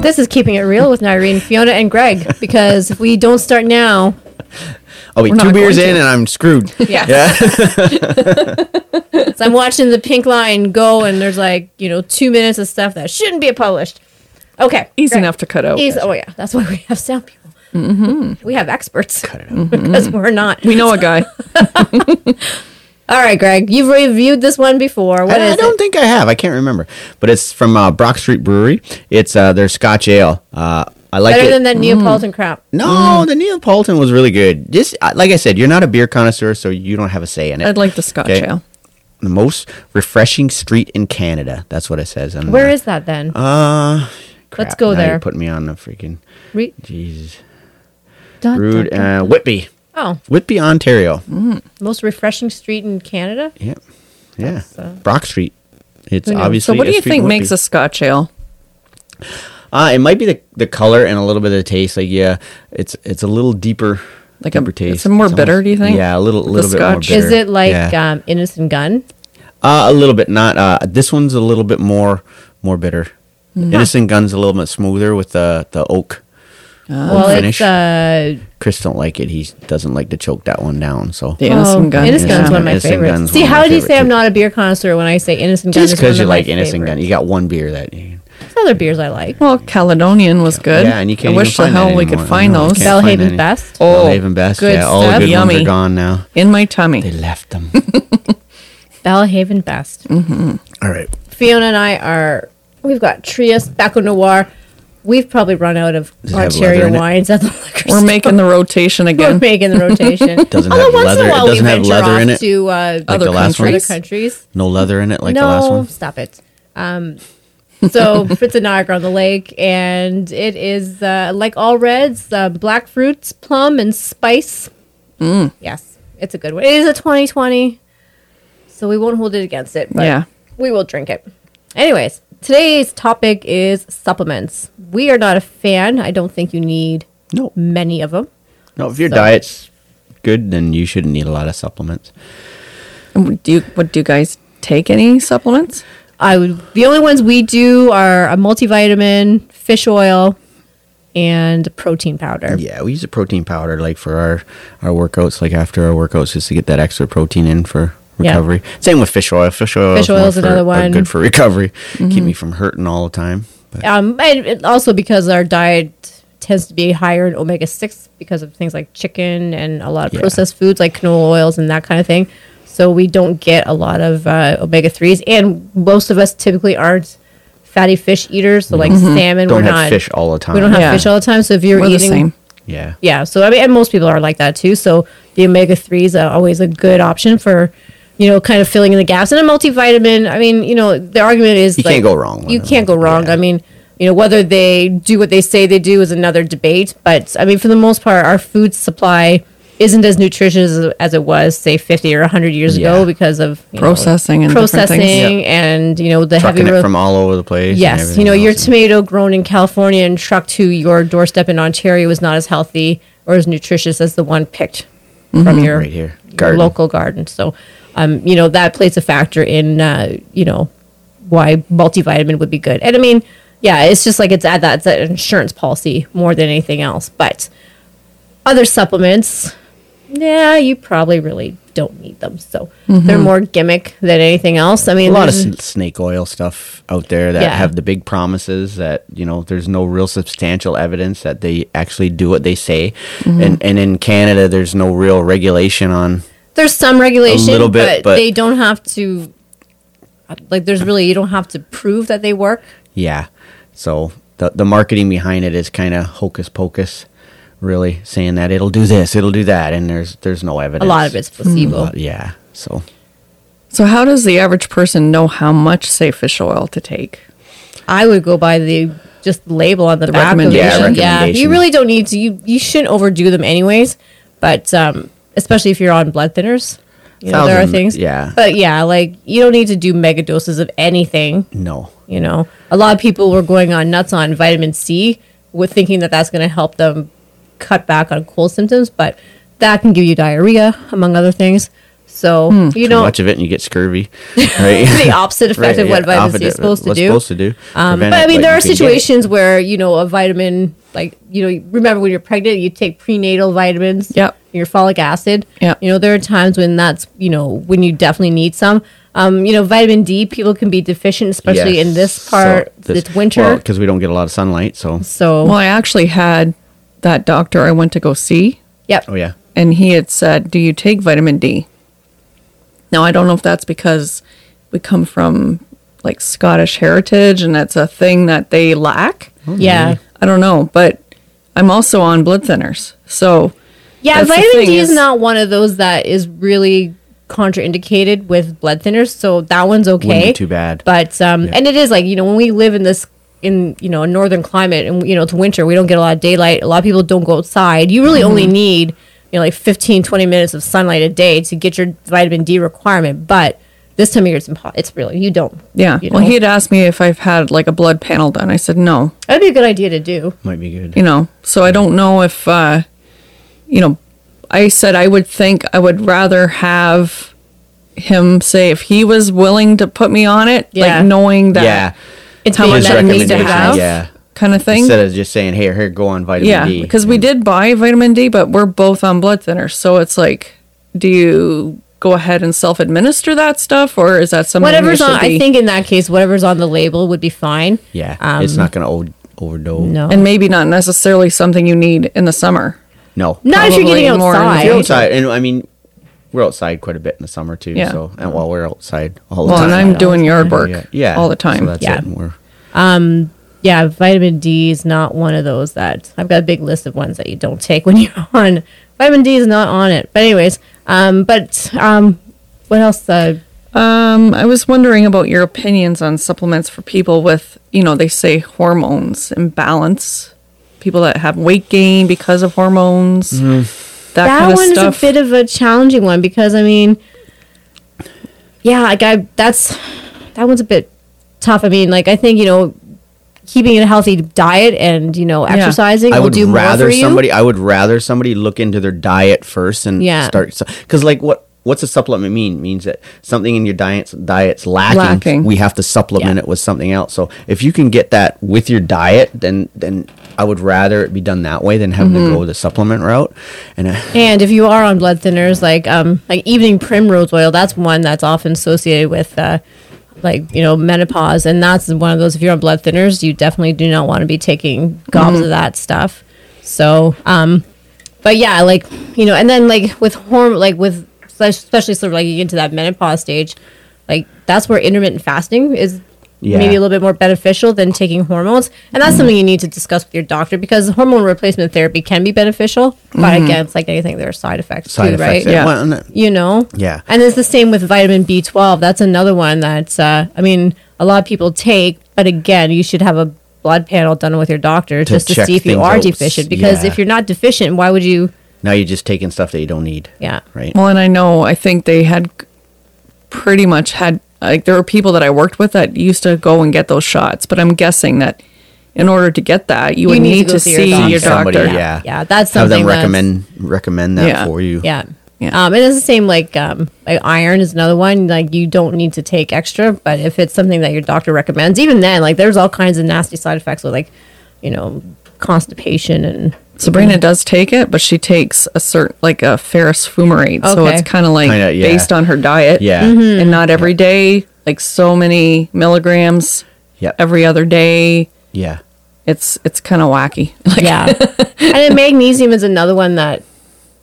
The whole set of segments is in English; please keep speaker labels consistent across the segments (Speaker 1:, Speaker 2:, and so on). Speaker 1: this is keeping it real with Nyrene, Fiona, and Greg because if we don't start now,
Speaker 2: I'll be
Speaker 1: We're
Speaker 2: Oh, two
Speaker 1: not
Speaker 2: beers
Speaker 1: going
Speaker 2: in
Speaker 1: to.
Speaker 2: and I'm screwed.
Speaker 1: Yeah.
Speaker 2: Yeah.
Speaker 1: so I'm watching the pink line go, and there's like you know two minutes of stuff that shouldn't be published. Okay,
Speaker 3: Easy
Speaker 1: great.
Speaker 3: enough to cut out. Mm-hmm.
Speaker 1: Easy. Oh yeah, that's why we have sound people. We have experts because we're not.
Speaker 3: We know a guy.
Speaker 1: All right, Greg, you've reviewed this one before. What
Speaker 2: I,
Speaker 1: is
Speaker 2: I don't
Speaker 1: it?
Speaker 2: think I have. I can't remember. But it's from uh, Brock Street Brewery. It's uh, their Scotch Ale. Uh, I like
Speaker 1: Better
Speaker 2: it.
Speaker 1: than Mm. that Neapolitan crap.
Speaker 2: Mm. no, the Neapolitan was really good. Just uh, like I said, you're not a beer connoisseur, so you don't have a say in it.
Speaker 3: I'd like the Scotch
Speaker 2: Okay.
Speaker 3: ale.
Speaker 2: the most refreshing street in Canada. That's what it says. On
Speaker 1: Where
Speaker 2: the-
Speaker 1: is that then?
Speaker 2: Uh, crap,
Speaker 1: Let's go
Speaker 2: now
Speaker 1: there.
Speaker 2: You put me on the freaking
Speaker 1: Re-
Speaker 2: Jesus.
Speaker 1: dun,
Speaker 2: Rude.
Speaker 1: dun,
Speaker 2: Uh, Whitby,
Speaker 1: dun. oh,
Speaker 2: Whitby, Ontario.
Speaker 1: Mm. most refreshing street in Canada.
Speaker 2: Yep. Yeah.
Speaker 1: uh,
Speaker 2: Brock Street. It's
Speaker 3: Who knew?
Speaker 2: obviously.
Speaker 3: so what
Speaker 2: a
Speaker 3: do you
Speaker 2: street
Speaker 3: think
Speaker 2: in
Speaker 3: makes
Speaker 2: Whitby.
Speaker 3: a Scotch ale?
Speaker 2: Uh, it might be the the color and a little bit of the taste. Like yeah, it's it's a little deeper,
Speaker 3: Like a-
Speaker 2: deeper taste.
Speaker 3: it's more bitter, do you think?
Speaker 2: Yeah, a little
Speaker 3: The
Speaker 2: little bit more
Speaker 3: Scotch?
Speaker 2: bitter.
Speaker 1: Is it like
Speaker 2: Yeah.
Speaker 1: um, Innocent Gun?
Speaker 2: uh, a little bit? Not uh, this one's a little bit more more bitter.
Speaker 1: Mm-hmm.
Speaker 2: Innocent Gun's a little bit smoother with the the oak.
Speaker 1: well, it's
Speaker 2: finish.
Speaker 1: uh,
Speaker 2: Chris don't like it. He doesn't like to choke that one down. So
Speaker 3: The Innocent Gun.
Speaker 1: Oh, Innocent
Speaker 2: yeah.
Speaker 1: Gun's one of my
Speaker 2: Innocent Gun's
Speaker 1: favorites. See,
Speaker 2: one of my
Speaker 1: how do you
Speaker 2: favorite
Speaker 1: say I'm
Speaker 2: too.
Speaker 1: not a beer connoisseur when I say Innocent Gun?
Speaker 2: just
Speaker 1: is one
Speaker 2: because
Speaker 1: of
Speaker 2: you
Speaker 1: my
Speaker 2: like Innocent Gun,
Speaker 1: favorites?
Speaker 2: you got one beer that. You,
Speaker 1: There's other beers I like.
Speaker 3: Well, Caledonian was good.
Speaker 2: Yeah, and you can't
Speaker 3: I
Speaker 2: even
Speaker 3: wish the
Speaker 2: find that
Speaker 3: hell we
Speaker 2: anymore.
Speaker 3: could find
Speaker 2: No, you
Speaker 3: those
Speaker 2: can't. find
Speaker 1: Bellhaven
Speaker 2: any.
Speaker 1: Best.
Speaker 3: Oh,
Speaker 2: Haven Best,
Speaker 3: good
Speaker 2: yeah, all the
Speaker 3: stuff.
Speaker 2: good ones
Speaker 3: Yummy.
Speaker 2: are gone now.
Speaker 3: in my tummy.
Speaker 2: They left them.
Speaker 1: Bellhaven Best.
Speaker 2: Mm. all right.
Speaker 1: Fiona and I are. We've got Trias, Baco Noir. We've probably run out of
Speaker 2: Does it have leather
Speaker 1: Ontario
Speaker 2: in it?
Speaker 1: wines at the liquor
Speaker 3: We're
Speaker 1: store.
Speaker 3: making the rotation
Speaker 1: We're
Speaker 3: again.
Speaker 1: making the rotation.
Speaker 2: Doesn't
Speaker 1: Although
Speaker 2: have
Speaker 1: once in
Speaker 2: leather.
Speaker 1: a
Speaker 2: It
Speaker 1: while we
Speaker 2: doesn't have
Speaker 1: venture
Speaker 2: leather
Speaker 1: off
Speaker 2: in it?
Speaker 1: To uh,
Speaker 3: Other
Speaker 2: the last one?
Speaker 1: other
Speaker 3: countries.
Speaker 1: countries.
Speaker 2: No leather in it like the
Speaker 1: no,
Speaker 2: last one.
Speaker 1: stop it. Um, so Fritz and Niagara on the Lake, and it is uh, like all reds, uh, black fruits, plum, and spice.
Speaker 2: Mm.
Speaker 1: Yes, it's a good one. It is a 2020, so we won't hold it against it. But
Speaker 3: Yeah.
Speaker 1: we will drink it. Anyways, today's topic is supplements. We are not a fan. I don't think you need
Speaker 2: No,
Speaker 1: many of them.
Speaker 2: no. If your
Speaker 1: So-
Speaker 2: diet's good, then you shouldn't need a lot of supplements.
Speaker 3: And Do you? What do you guys take? Any supplements?
Speaker 1: I would, the only ones we do are a multivitamin, fish oil, and protein powder.
Speaker 2: Yeah, we use a protein powder like for our our workouts, like after our workouts, just to get that extra protein in for
Speaker 1: Yeah.
Speaker 2: recovery. Same with fish oil. Fish oil.
Speaker 1: Fish
Speaker 2: more
Speaker 1: oil's
Speaker 2: for-
Speaker 1: another
Speaker 2: uh,
Speaker 1: one. Mm-hmm.
Speaker 2: good for recovery. Keep me from hurting all the time. But
Speaker 1: Um, and it- also because our diet tends to be higher in omega six because of things like chicken and a lot of
Speaker 2: Yeah.
Speaker 1: processed foods like canola oils and that kind of thing. So we don't get a lot of uh, omega threes, and most of us typically aren't fatty fish eaters. So like salmon,
Speaker 2: Mm-hmm. don't
Speaker 1: we're
Speaker 2: have
Speaker 1: not.
Speaker 2: fish all the time.
Speaker 1: we don't have
Speaker 3: Yeah.
Speaker 1: fish all the time. So if you're
Speaker 3: We're the
Speaker 1: eating
Speaker 3: same.
Speaker 2: yeah.
Speaker 1: yeah so i mean and most people are like that too so the omega 3s are always a good option for you know kind of filling in the gaps and a multivitamin i mean you know the argument is
Speaker 2: You
Speaker 1: like,
Speaker 2: can't go wrong with
Speaker 1: you
Speaker 2: them.
Speaker 1: can't go wrong
Speaker 2: Yeah.
Speaker 1: i mean you know whether they do what they say they do is another debate but i mean for the most part our food supply isn't as nutritious as, as it was say 50 or 100 years
Speaker 2: Yeah.
Speaker 1: ago because of you know,
Speaker 3: Processing and different things.
Speaker 1: processing and you know the
Speaker 2: Trucking
Speaker 1: heavy
Speaker 2: it
Speaker 1: ro-
Speaker 2: from all over the place. and
Speaker 1: Yes, you
Speaker 2: everything
Speaker 1: know your
Speaker 2: else.
Speaker 1: tomato grown in California and trucked to your doorstep in Ontario is not as healthy or as nutritious as the one picked from your,
Speaker 2: right here.
Speaker 1: your
Speaker 2: Mm-hmm. Garden.
Speaker 1: local garden. So, um, you know that plays a factor in uh, you know why multivitamin would be good. And I mean, yeah, it's just like it's at that it's an insurance policy more than anything else. But other supplements, yeah, you probably really don't need them. So they're more gimmick than anything else. I mean,
Speaker 2: Mm-hmm. a lot of
Speaker 1: there's-
Speaker 2: sn- snake oil stuff out there that
Speaker 1: Yeah.
Speaker 2: have the big promises that you know there's no real substantial evidence that they actually do what they say
Speaker 1: Mm-hmm.
Speaker 2: and and in canada there's no real regulation on
Speaker 1: there's some regulation,
Speaker 2: A little bit,
Speaker 1: but,
Speaker 2: but-
Speaker 1: they don't have to. Like, there's really you don't have to prove that they work.
Speaker 2: yeah so the, the marketing behind it is kind of hocus pocus really saying that it'll do this it'll do that and there's there's no
Speaker 1: A
Speaker 2: evidence
Speaker 1: lot of it's placebo.
Speaker 2: But yeah so
Speaker 3: So how does the average person know how much, say, fish oil to take?
Speaker 1: I would go by the just label on the, back. of it.
Speaker 3: recommendation.
Speaker 2: Yeah, recommendation.
Speaker 1: you really don't need to. You you shouldn't overdo them anyways. But um, especially if you're on blood thinners, you know, there are
Speaker 2: Thousand-
Speaker 1: things.
Speaker 2: yeah.
Speaker 1: But yeah, like you don't need to do mega doses of anything.
Speaker 2: no
Speaker 1: You know, a lot of people were going on nuts on vitamin C with thinking that that's going to help them cut back on cold symptoms, but that can give you diarrhea, among other things. So you know
Speaker 2: Hmm. much of it and you get scurvy, right?
Speaker 1: the opposite effect of
Speaker 2: Right,
Speaker 1: what
Speaker 2: yeah,
Speaker 1: vitamin C
Speaker 2: opposite
Speaker 1: is
Speaker 2: of
Speaker 1: supposed to
Speaker 2: what's
Speaker 1: do.
Speaker 2: Supposed to do.
Speaker 1: Um,
Speaker 2: Prevent
Speaker 1: but I
Speaker 2: it,
Speaker 1: mean, there are
Speaker 2: you can get it.
Speaker 1: situations where you know a vitamin, like you know, you- remember when you're pregnant, you take prenatal vitamins.
Speaker 3: Yep.
Speaker 1: Your folic acid.
Speaker 3: Yep.
Speaker 1: You know, there are times when that's you know when you definitely need some. Um, you know, vitamin D, people can be deficient, especially
Speaker 2: Yes.
Speaker 1: in this
Speaker 2: So
Speaker 1: part.
Speaker 2: this-
Speaker 1: it's winter,
Speaker 2: well, because we don't get a lot of sunlight. So
Speaker 1: so
Speaker 3: Well, I actually had that doctor I went to go see,
Speaker 1: yep.
Speaker 2: oh yeah,
Speaker 3: and he had said, Do you take vitamin D? Now, I don't know if that's because we come from like Scottish heritage and that's a thing that they lack.
Speaker 2: Mm-hmm.
Speaker 1: Yeah.
Speaker 3: I don't know, but I'm also on blood thinners. So,
Speaker 1: Yeah,
Speaker 3: That's the
Speaker 1: vitamin
Speaker 3: thing
Speaker 1: D is,
Speaker 3: is-
Speaker 1: not one of those that is really contraindicated with blood thinners, so that one's okay.
Speaker 2: Wouldn't be too bad.
Speaker 1: But um, and it is like you know when we live in this in you know a northern climate and you know it's winter, we don't get a lot of daylight. A lot of people don't go outside. You really
Speaker 2: Mm-hmm.
Speaker 1: only need you know like 15, 20 minutes of sunlight a day to get your vitamin D requirement. But this time of year, it's impo- it's really you don't.
Speaker 3: yeah.
Speaker 1: You
Speaker 3: well,
Speaker 1: know?
Speaker 3: he had asked me if I've had like a blood panel done. I said, No,
Speaker 1: That'd be a good idea to
Speaker 3: Mm-hmm.
Speaker 1: do.
Speaker 2: might be good.
Speaker 3: you know. So, I don't know if, uh, you know, I said I would think I would rather have him say if he was willing to put me on it,
Speaker 1: Yeah.
Speaker 3: like knowing that.
Speaker 2: yeah,
Speaker 1: It's
Speaker 3: how
Speaker 1: being
Speaker 3: much
Speaker 2: his
Speaker 3: that
Speaker 1: recommended
Speaker 3: needs to
Speaker 2: recommendation,
Speaker 3: have
Speaker 2: yeah.
Speaker 3: kind of thing.
Speaker 2: Instead of just saying, "Here, here, go on vitamin
Speaker 3: yeah,
Speaker 2: D,"
Speaker 3: because we did buy vitamin D, but we're both on blood thinners, so it's like, do you go ahead and self-administer that stuff, or is that something you
Speaker 1: Whatever's
Speaker 3: should
Speaker 1: on, I
Speaker 3: be-
Speaker 1: think in that case, whatever's on the label would be fine.
Speaker 2: yeah,
Speaker 1: Um,
Speaker 2: it's not going to o- overdose.
Speaker 1: No.
Speaker 3: and maybe not necessarily something you need in the summer.
Speaker 2: no,
Speaker 1: not if you're
Speaker 3: probably
Speaker 1: getting
Speaker 3: more in the
Speaker 1: outside.
Speaker 2: We're outside, and I mean, we're outside quite a bit in the summer too.
Speaker 3: Yeah.
Speaker 2: So, and while we're outside all the
Speaker 3: Well,
Speaker 2: time,
Speaker 3: and I'm doing yard work,
Speaker 2: yeah, yeah,
Speaker 3: all the
Speaker 2: So
Speaker 3: time.
Speaker 2: that's
Speaker 1: Yeah.
Speaker 2: it. and We're,
Speaker 1: yeah, vitamin D is not one of those that I've got a big list of ones that you don't take when you're on. Vitamin D is not on it. But anyways, um, but um, what else? Uh,
Speaker 3: Um, I was wondering about your opinions on supplements for people with, you know, they say hormones imbalance, people that have weight gain because of hormones.
Speaker 2: Mm-hmm.
Speaker 3: That,
Speaker 1: that
Speaker 3: kind of
Speaker 1: one
Speaker 3: stuff.
Speaker 1: is a bit of a challenging one because I mean, yeah, like I that's that one's a bit tough. I mean, like I think you know, keeping a healthy diet and you know exercising
Speaker 2: I
Speaker 1: will
Speaker 2: would
Speaker 1: do
Speaker 2: rather
Speaker 1: more for you.
Speaker 2: somebody. I would rather somebody look into their diet first and
Speaker 1: Yeah.
Speaker 2: start because like what what's a supplement mean? means that something in your diet's diet's lacking.
Speaker 3: Lacking.
Speaker 2: We have to supplement
Speaker 1: Yeah.
Speaker 2: it with something else. So if you can get that with your diet, then then I would rather it be done that way than having
Speaker 1: Mm-hmm.
Speaker 2: to go the supplement route. And uh,
Speaker 1: And if you are on blood thinners, like um, like evening primrose oil, that's one that's often associated with uh, like you know menopause, and that's one of those. If you're on blood thinners, you definitely do not want to be taking gobs
Speaker 2: Mm-hmm.
Speaker 1: of that stuff. So, um, but yeah, like you know, and then like with horm, like with especially sort of like you get into that menopause stage, like that's where intermittent fasting is.
Speaker 2: Yeah. Mm-hmm.
Speaker 1: Maybe a little bit more beneficial than taking hormones, and that's something you need to discuss with your doctor because hormone replacement therapy can be beneficial, but again, it's like anything, there are side effects
Speaker 2: Mm-hmm. side
Speaker 1: too,
Speaker 2: effects.
Speaker 1: right?
Speaker 3: Yeah.
Speaker 2: Well, and that-
Speaker 1: you know
Speaker 2: Yeah.
Speaker 1: and it's the same with vitamin b12 that's another one that's uh, i mean a lot of people take but again you should have a blood panel done with your doctor just to
Speaker 2: check
Speaker 1: see if you
Speaker 2: things
Speaker 1: are
Speaker 2: out.
Speaker 1: deficient because
Speaker 2: Yeah.
Speaker 1: if you're not deficient why would you
Speaker 2: now you're just taking stuff that you don't need.
Speaker 1: yeah
Speaker 2: Right.
Speaker 3: Well, and I know I think they had pretty much had like there were people that I worked with that used to go and get those shots, but I'm guessing that in order to get that, you, would
Speaker 1: need to
Speaker 3: need
Speaker 1: go
Speaker 3: to
Speaker 1: see your
Speaker 3: see
Speaker 1: doctor.
Speaker 3: your,
Speaker 2: Somebody,
Speaker 3: doctor.
Speaker 2: yeah.
Speaker 1: yeah that's
Speaker 2: Have
Speaker 1: something
Speaker 2: them
Speaker 1: that's-
Speaker 2: recommend recommend that
Speaker 3: Yeah.
Speaker 2: for you.
Speaker 1: yeah
Speaker 3: Yeah.
Speaker 1: Um, and it's the same like um, like iron is another one like you don't need to take extra, but if it's something that your doctor recommends, even then like there's all kinds of nasty side effects with like you know constipation and
Speaker 3: Sabrina does take it, but she takes a certain like a ferrous fumarate, so
Speaker 1: Okay.
Speaker 3: it's kind of like
Speaker 2: Kinda, yeah.
Speaker 3: based on her diet.
Speaker 2: Yeah.
Speaker 3: and not every day, like so many milligrams
Speaker 2: Yep.
Speaker 3: every other day.
Speaker 2: yeah.
Speaker 3: It's it's kind of wacky. Like,
Speaker 1: yeah and then magnesium is another one that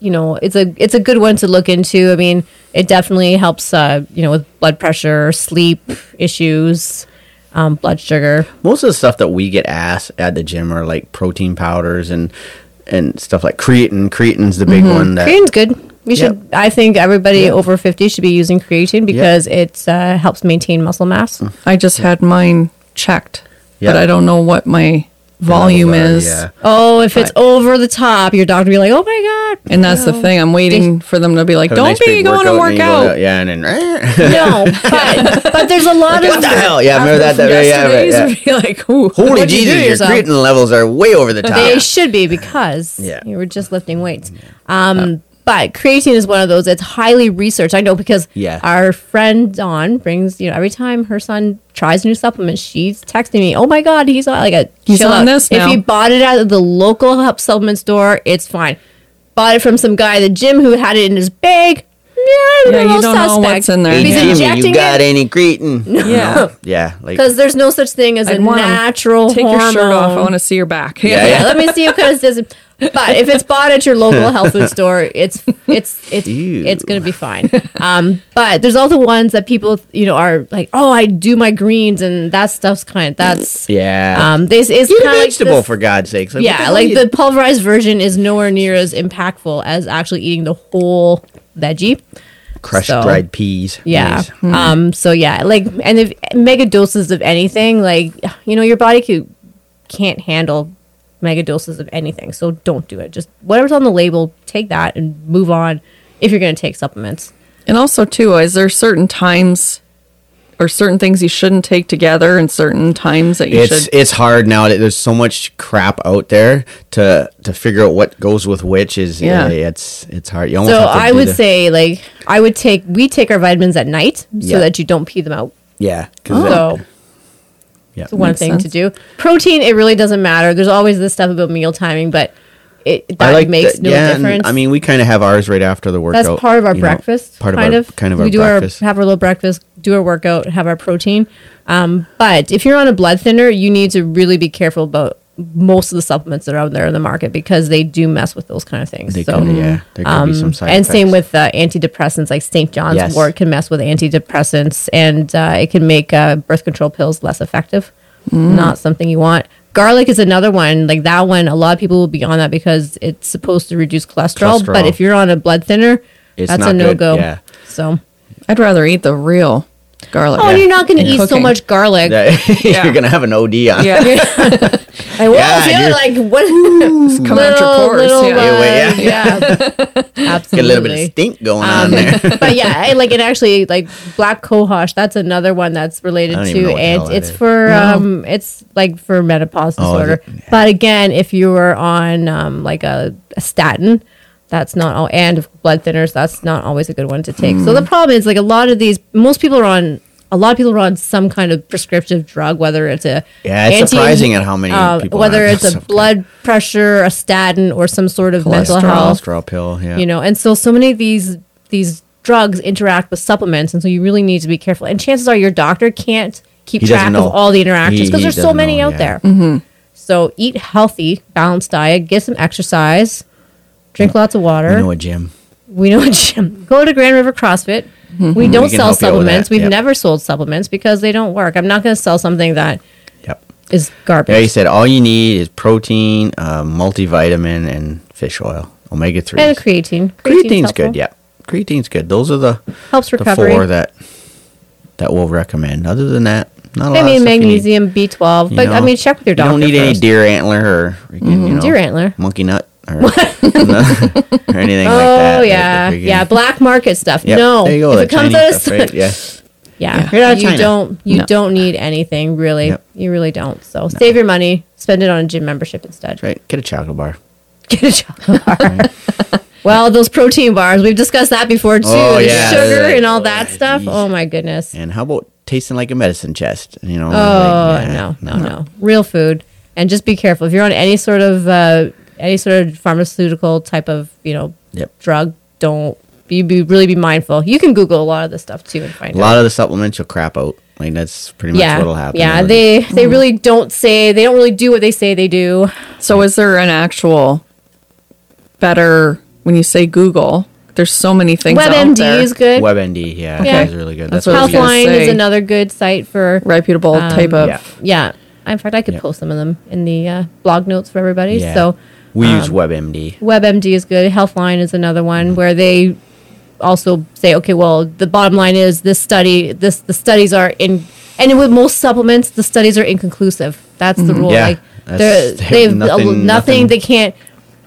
Speaker 1: you know it's a it's a good one to look into i mean it definitely helps uh you know with blood pressure sleep issues um blood sugar
Speaker 2: most of the stuff that we get asked at the gym are like protein powders and and stuff like creatine. Creatine's the
Speaker 1: Mm-hmm.
Speaker 2: big one that
Speaker 1: creatine's good we should i think everybody over 50 should be using creatine because it uh, helps maintain muscle mass
Speaker 3: I just had mine checked,
Speaker 2: Yeah.
Speaker 3: but I don't know what my volume
Speaker 2: Uh,
Speaker 3: is.
Speaker 2: Yeah.
Speaker 1: oh if it's over the top your doctor will be like oh my god
Speaker 3: And that's the thing. I'm waiting for them to be like,
Speaker 2: Have a
Speaker 3: don't
Speaker 2: nice
Speaker 3: be
Speaker 2: big
Speaker 3: going to
Speaker 2: and
Speaker 3: work
Speaker 2: you go
Speaker 3: out.
Speaker 2: Yeah, and then eh.
Speaker 1: no but but there's a lot
Speaker 2: what the
Speaker 1: of
Speaker 2: hell? Yeah, I remember that? that yeah, yeah, right, yeah.
Speaker 3: Yesterday's would be like, ooh.
Speaker 2: Holy
Speaker 1: What'd you do
Speaker 2: Jesus,
Speaker 1: to
Speaker 2: your
Speaker 1: yourself?
Speaker 2: creatine levels are way over the top.
Speaker 1: They should be because
Speaker 2: Yeah.
Speaker 1: you were just lifting weights. Um, But creatine is one of those. It's highly researched. I know because
Speaker 2: Yeah.
Speaker 1: our friend Dawn brings, you know, every time her son tries a new supplement, she's texting me, oh my God, he's on like a
Speaker 3: He's
Speaker 1: chill
Speaker 3: on
Speaker 1: out.
Speaker 3: this now.
Speaker 1: If you bought it out of the local hub supplement store, it's fine. Bought it from some guy at the gym who had it in his bag. Yeah,
Speaker 3: Yeah,
Speaker 1: no
Speaker 3: you don't know
Speaker 1: suspect.
Speaker 3: what's in there.
Speaker 2: Hey,
Speaker 1: If He's
Speaker 3: Yeah.
Speaker 2: Jimmy,
Speaker 1: injecting
Speaker 2: you got
Speaker 1: it
Speaker 2: any cretin?
Speaker 3: Yeah.
Speaker 2: yeah, like
Speaker 1: because there's no such thing as a
Speaker 3: I'd want 'em.
Speaker 1: natural
Speaker 3: Take your shirt off. I
Speaker 1: hormone.
Speaker 3: want to see your back.
Speaker 2: Yeah,
Speaker 1: yeah, let me see what kind of says. But if it's bought at your local health food store, it's it's it's
Speaker 2: Ew.
Speaker 1: it's gonna be fine. Um, but there's all the ones that people you know are like, oh, I do my greens and that stuff's kind. That's
Speaker 2: yeah.
Speaker 1: um, this is
Speaker 2: Eat a
Speaker 1: kind of
Speaker 2: vegetable for God's sakes. Like, what
Speaker 1: yeah,
Speaker 2: hell
Speaker 1: like
Speaker 2: you-
Speaker 1: the pulverized version is nowhere near as impactful as actually eating the whole veggie.
Speaker 2: crushed
Speaker 1: so-
Speaker 2: dried peas.
Speaker 1: Yeah.
Speaker 2: Nice. Hmm.
Speaker 1: Um. So yeah, like, and if mega doses of anything, like, you know, your body could, can't handle mega doses of anything. So don't do it. Just whatever's on the label, take that and move on. If you're gonna take supplements,
Speaker 3: And also, too, is there certain times or certain things you shouldn't take together and certain times that you
Speaker 2: It's
Speaker 3: should?
Speaker 2: it's hard now that there's so much crap out there to to figure out what goes with which is
Speaker 3: Yeah.
Speaker 2: yeah, it's it's hard. You almost
Speaker 1: so
Speaker 2: have to
Speaker 1: I
Speaker 2: do
Speaker 1: would
Speaker 2: the-
Speaker 1: say like I would take we take our vitamins at night so
Speaker 2: Yeah.
Speaker 1: that you don't pee them out.
Speaker 2: yeah, 'cause
Speaker 1: So.
Speaker 2: Yeah.
Speaker 1: It's one
Speaker 3: Makes
Speaker 1: thing to
Speaker 3: sense.
Speaker 1: do. Protein, it really doesn't matter. There's always this stuff about meal timing, but it that makes
Speaker 2: that-
Speaker 1: no
Speaker 2: yeah, and
Speaker 1: difference.
Speaker 2: I mean, we kind of have ours right after the workout.
Speaker 1: That's part of our
Speaker 2: you know,
Speaker 1: breakfast.
Speaker 2: part of
Speaker 1: kind
Speaker 2: our
Speaker 1: of.
Speaker 2: kind of
Speaker 1: we
Speaker 2: our
Speaker 1: do
Speaker 2: breakfast.
Speaker 1: our have our little breakfast, do our workout, have our protein. Um, but if you're on a blood thinner, you need to really be careful about most of the supplements that are out there in the market because they do mess with those kind of things.
Speaker 2: They
Speaker 1: so
Speaker 2: kinda- yeah, there could be some side
Speaker 1: Um, and same
Speaker 2: effects.
Speaker 1: with uh, antidepressants, like St. John's
Speaker 2: Yes.
Speaker 1: Wort can mess with antidepressants, and uh, it can make uh, birth control pills less effective. Not something you want. Garlic is another one. Like that one, a lot of people will be on that because it's supposed to reduce cholesterol. But
Speaker 2: Cholesterol.
Speaker 1: if you're on a blood thinner,
Speaker 2: It's
Speaker 1: that's
Speaker 2: not
Speaker 1: a
Speaker 2: good,
Speaker 1: no go.
Speaker 2: yeah.
Speaker 1: So.
Speaker 3: I'd rather eat the real garlic.
Speaker 1: Oh, you're not going to eat so
Speaker 3: Cooking.
Speaker 1: much garlic.
Speaker 2: That-
Speaker 3: Yeah.
Speaker 2: You're gonna have an OD on.
Speaker 3: yeah. yeah.
Speaker 1: I was
Speaker 2: Yeah,
Speaker 1: yeah,
Speaker 2: you're-
Speaker 1: like what?
Speaker 3: Come out your pores.
Speaker 1: little,
Speaker 3: yeah.
Speaker 1: uh,
Speaker 2: Anyway, yeah.
Speaker 1: yeah,
Speaker 2: Get a
Speaker 1: absolutely.
Speaker 2: little bit of stink
Speaker 1: Um,
Speaker 2: going on there.
Speaker 1: but yeah, I, like it actually like black cohosh. That's another one that's related
Speaker 2: I don't
Speaker 1: to,
Speaker 2: even know what the hell
Speaker 1: and
Speaker 2: that
Speaker 1: it's
Speaker 2: is.
Speaker 1: for um, it's like for menopause
Speaker 2: Oh, is
Speaker 1: disorder.
Speaker 2: it? Yeah.
Speaker 1: But again, if you were on um like a, a statin, that's not all, and blood thinners, that's not always a good one to take.
Speaker 2: Hmm.
Speaker 1: So the problem is like a lot of these, most people are on. A lot of people are on some kind of prescriptive drug, whether it's a
Speaker 2: Yeah, it's surprising at how many
Speaker 1: uh,
Speaker 2: people
Speaker 1: whether
Speaker 2: have
Speaker 1: it's a
Speaker 2: some-
Speaker 1: blood pressure, a statin, or some sort of mental
Speaker 3: Cholesterol.
Speaker 1: health
Speaker 2: cholesterol pill. Yeah,
Speaker 1: you know and so so many of these these drugs interact with supplements and so you really need to be careful and chances are your doctor can't keep
Speaker 2: He doesn't
Speaker 1: track
Speaker 2: know.
Speaker 1: of all the interactions
Speaker 2: He-
Speaker 1: because
Speaker 2: he
Speaker 1: there's so
Speaker 2: doesn't
Speaker 1: many
Speaker 2: know,
Speaker 1: out
Speaker 2: yeah.
Speaker 1: there so eat healthy balanced diet get some exercise drink lots of water
Speaker 2: you know a gym.
Speaker 1: we know a gym. Go to Grand River CrossFit.
Speaker 2: Mm-hmm.
Speaker 1: We don't
Speaker 2: can
Speaker 1: sell
Speaker 2: help you out with
Speaker 1: supplements.
Speaker 2: that,
Speaker 1: We've
Speaker 2: yep.
Speaker 1: never sold supplements because they don't work. I'm not going to sell something that
Speaker 2: Yep.
Speaker 1: is garbage.
Speaker 2: Yeah, you said all you need is protein, uh, multivitamin, and fish oil, omega three.
Speaker 1: and creatine.
Speaker 2: creatine's good.
Speaker 1: helpful.
Speaker 2: Yeah, creatine's good. Those are the
Speaker 1: Helps
Speaker 2: the
Speaker 1: recovery.
Speaker 2: four that that we'll recommend. Other than that, not a lot.
Speaker 1: I
Speaker 2: of
Speaker 1: mean,
Speaker 2: stuff you need.
Speaker 1: magnesium, B12.
Speaker 2: You
Speaker 1: but I
Speaker 2: know,
Speaker 1: mean, check with your doctor.
Speaker 2: You don't need any
Speaker 1: first. Mm-hmm.
Speaker 2: deer antler or you know,
Speaker 1: Deer antler.
Speaker 2: monkey nut, or, or anything like that.
Speaker 1: Oh
Speaker 2: that-
Speaker 1: yeah,
Speaker 2: that we can-
Speaker 1: yeah, black market stuff.
Speaker 2: Yep,
Speaker 1: No,
Speaker 2: there you go.
Speaker 1: if
Speaker 2: that
Speaker 1: it comes out
Speaker 2: Chinese
Speaker 1: of
Speaker 2: stuff, right? Yeah,
Speaker 1: yeah,
Speaker 2: You're not
Speaker 1: you
Speaker 2: China.
Speaker 1: don't you
Speaker 3: No.
Speaker 1: don't need anything really.
Speaker 2: Yep.
Speaker 1: You really don't. So save your money, spend it on a gym membership instead.
Speaker 2: That's right. Get a chocolate bar.
Speaker 1: Get a chocolate bar. well, those protein bars we've discussed that before too.
Speaker 2: Oh,
Speaker 1: the
Speaker 2: yeah,
Speaker 1: sugar
Speaker 2: they're like,
Speaker 1: and all
Speaker 2: oh,
Speaker 1: that stuff.
Speaker 2: geez.
Speaker 1: Oh my goodness.
Speaker 2: And how about tasting like a medicine chest? You know.
Speaker 1: Oh
Speaker 2: like, nah,
Speaker 1: no, no, no. Real food, and just be careful if you're on any sort of uh, any sort of pharmaceutical type of you know
Speaker 2: Yep.
Speaker 1: drug. Don't be, be really be mindful. You can Google a lot of this stuff too and find
Speaker 2: A
Speaker 1: out.
Speaker 2: lot of the supplements will crap out. Like that's pretty much what'll happen.
Speaker 1: Yeah,
Speaker 2: They'll
Speaker 1: they they
Speaker 3: Hmm.
Speaker 1: really don't say they don't really do what they say they do.
Speaker 3: So is there an actual better when you say Google? There's so many things out
Speaker 1: WebMD
Speaker 3: there.
Speaker 1: is good.
Speaker 2: WebMD, yeah,
Speaker 1: Okay.
Speaker 2: that is really good. That's,
Speaker 3: That's what
Speaker 2: what we
Speaker 3: I was
Speaker 2: use.
Speaker 1: Healthline is
Speaker 3: say.
Speaker 1: another good site for
Speaker 3: reputable type
Speaker 1: Um,
Speaker 3: of
Speaker 2: yeah.
Speaker 1: yeah. In fact, I could
Speaker 2: Yeah.
Speaker 1: post some of them in the uh, blog notes for everybody.
Speaker 2: Yeah.
Speaker 1: So
Speaker 2: we use WebMD.
Speaker 1: WebMD is good. Healthline is another
Speaker 2: Mm-hmm.
Speaker 1: one where they also say, okay, well, the bottom line is this study, this the studies are in, and with most supplements, the studies are inconclusive. That's the rule.
Speaker 2: Mm-hmm. Yeah,
Speaker 1: like
Speaker 2: that's-
Speaker 1: they're-
Speaker 2: they have
Speaker 1: they've
Speaker 2: nothing-
Speaker 1: nothing,
Speaker 2: nothing-
Speaker 1: They can't.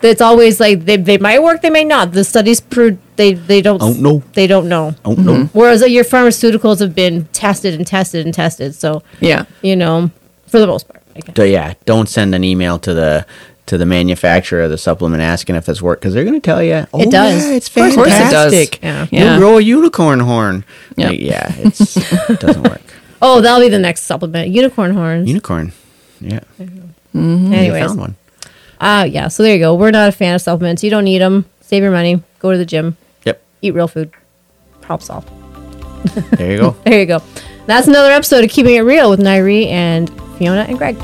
Speaker 1: It's always like they, they might work, they may not. The studies prove they they don't
Speaker 2: Don't know.
Speaker 1: They don't know.
Speaker 2: Oh no,
Speaker 1: Whereas uh, your pharmaceuticals have been tested and tested and tested. So
Speaker 3: yeah.
Speaker 1: you know, for the most part, I guess.
Speaker 2: So, yeah, don't send an email to the to the manufacturer of the supplement asking if it's worked because they're going to tell you, oh,
Speaker 1: does.
Speaker 2: yeah, it's
Speaker 1: Of
Speaker 3: course it does.
Speaker 2: fantastic.
Speaker 1: Yeah.
Speaker 3: Yeah.
Speaker 2: You'll grow a unicorn horn.
Speaker 3: Yeah.
Speaker 2: Like, yeah, it's, it doesn't work.
Speaker 1: Oh, that'll be the next supplement. Unicorn horns.
Speaker 2: Unicorn. Yeah. I
Speaker 1: Anyways.
Speaker 2: found one.
Speaker 1: Uh, yeah, so there you go. We're not a fan of supplements. You don't need them. Save your money. Go to the gym.
Speaker 2: Yep.
Speaker 1: Eat real food. Problem solved.
Speaker 2: There you go.
Speaker 1: There you go. That's another episode of Keeping It Real with Nyree and Fiona and Greg.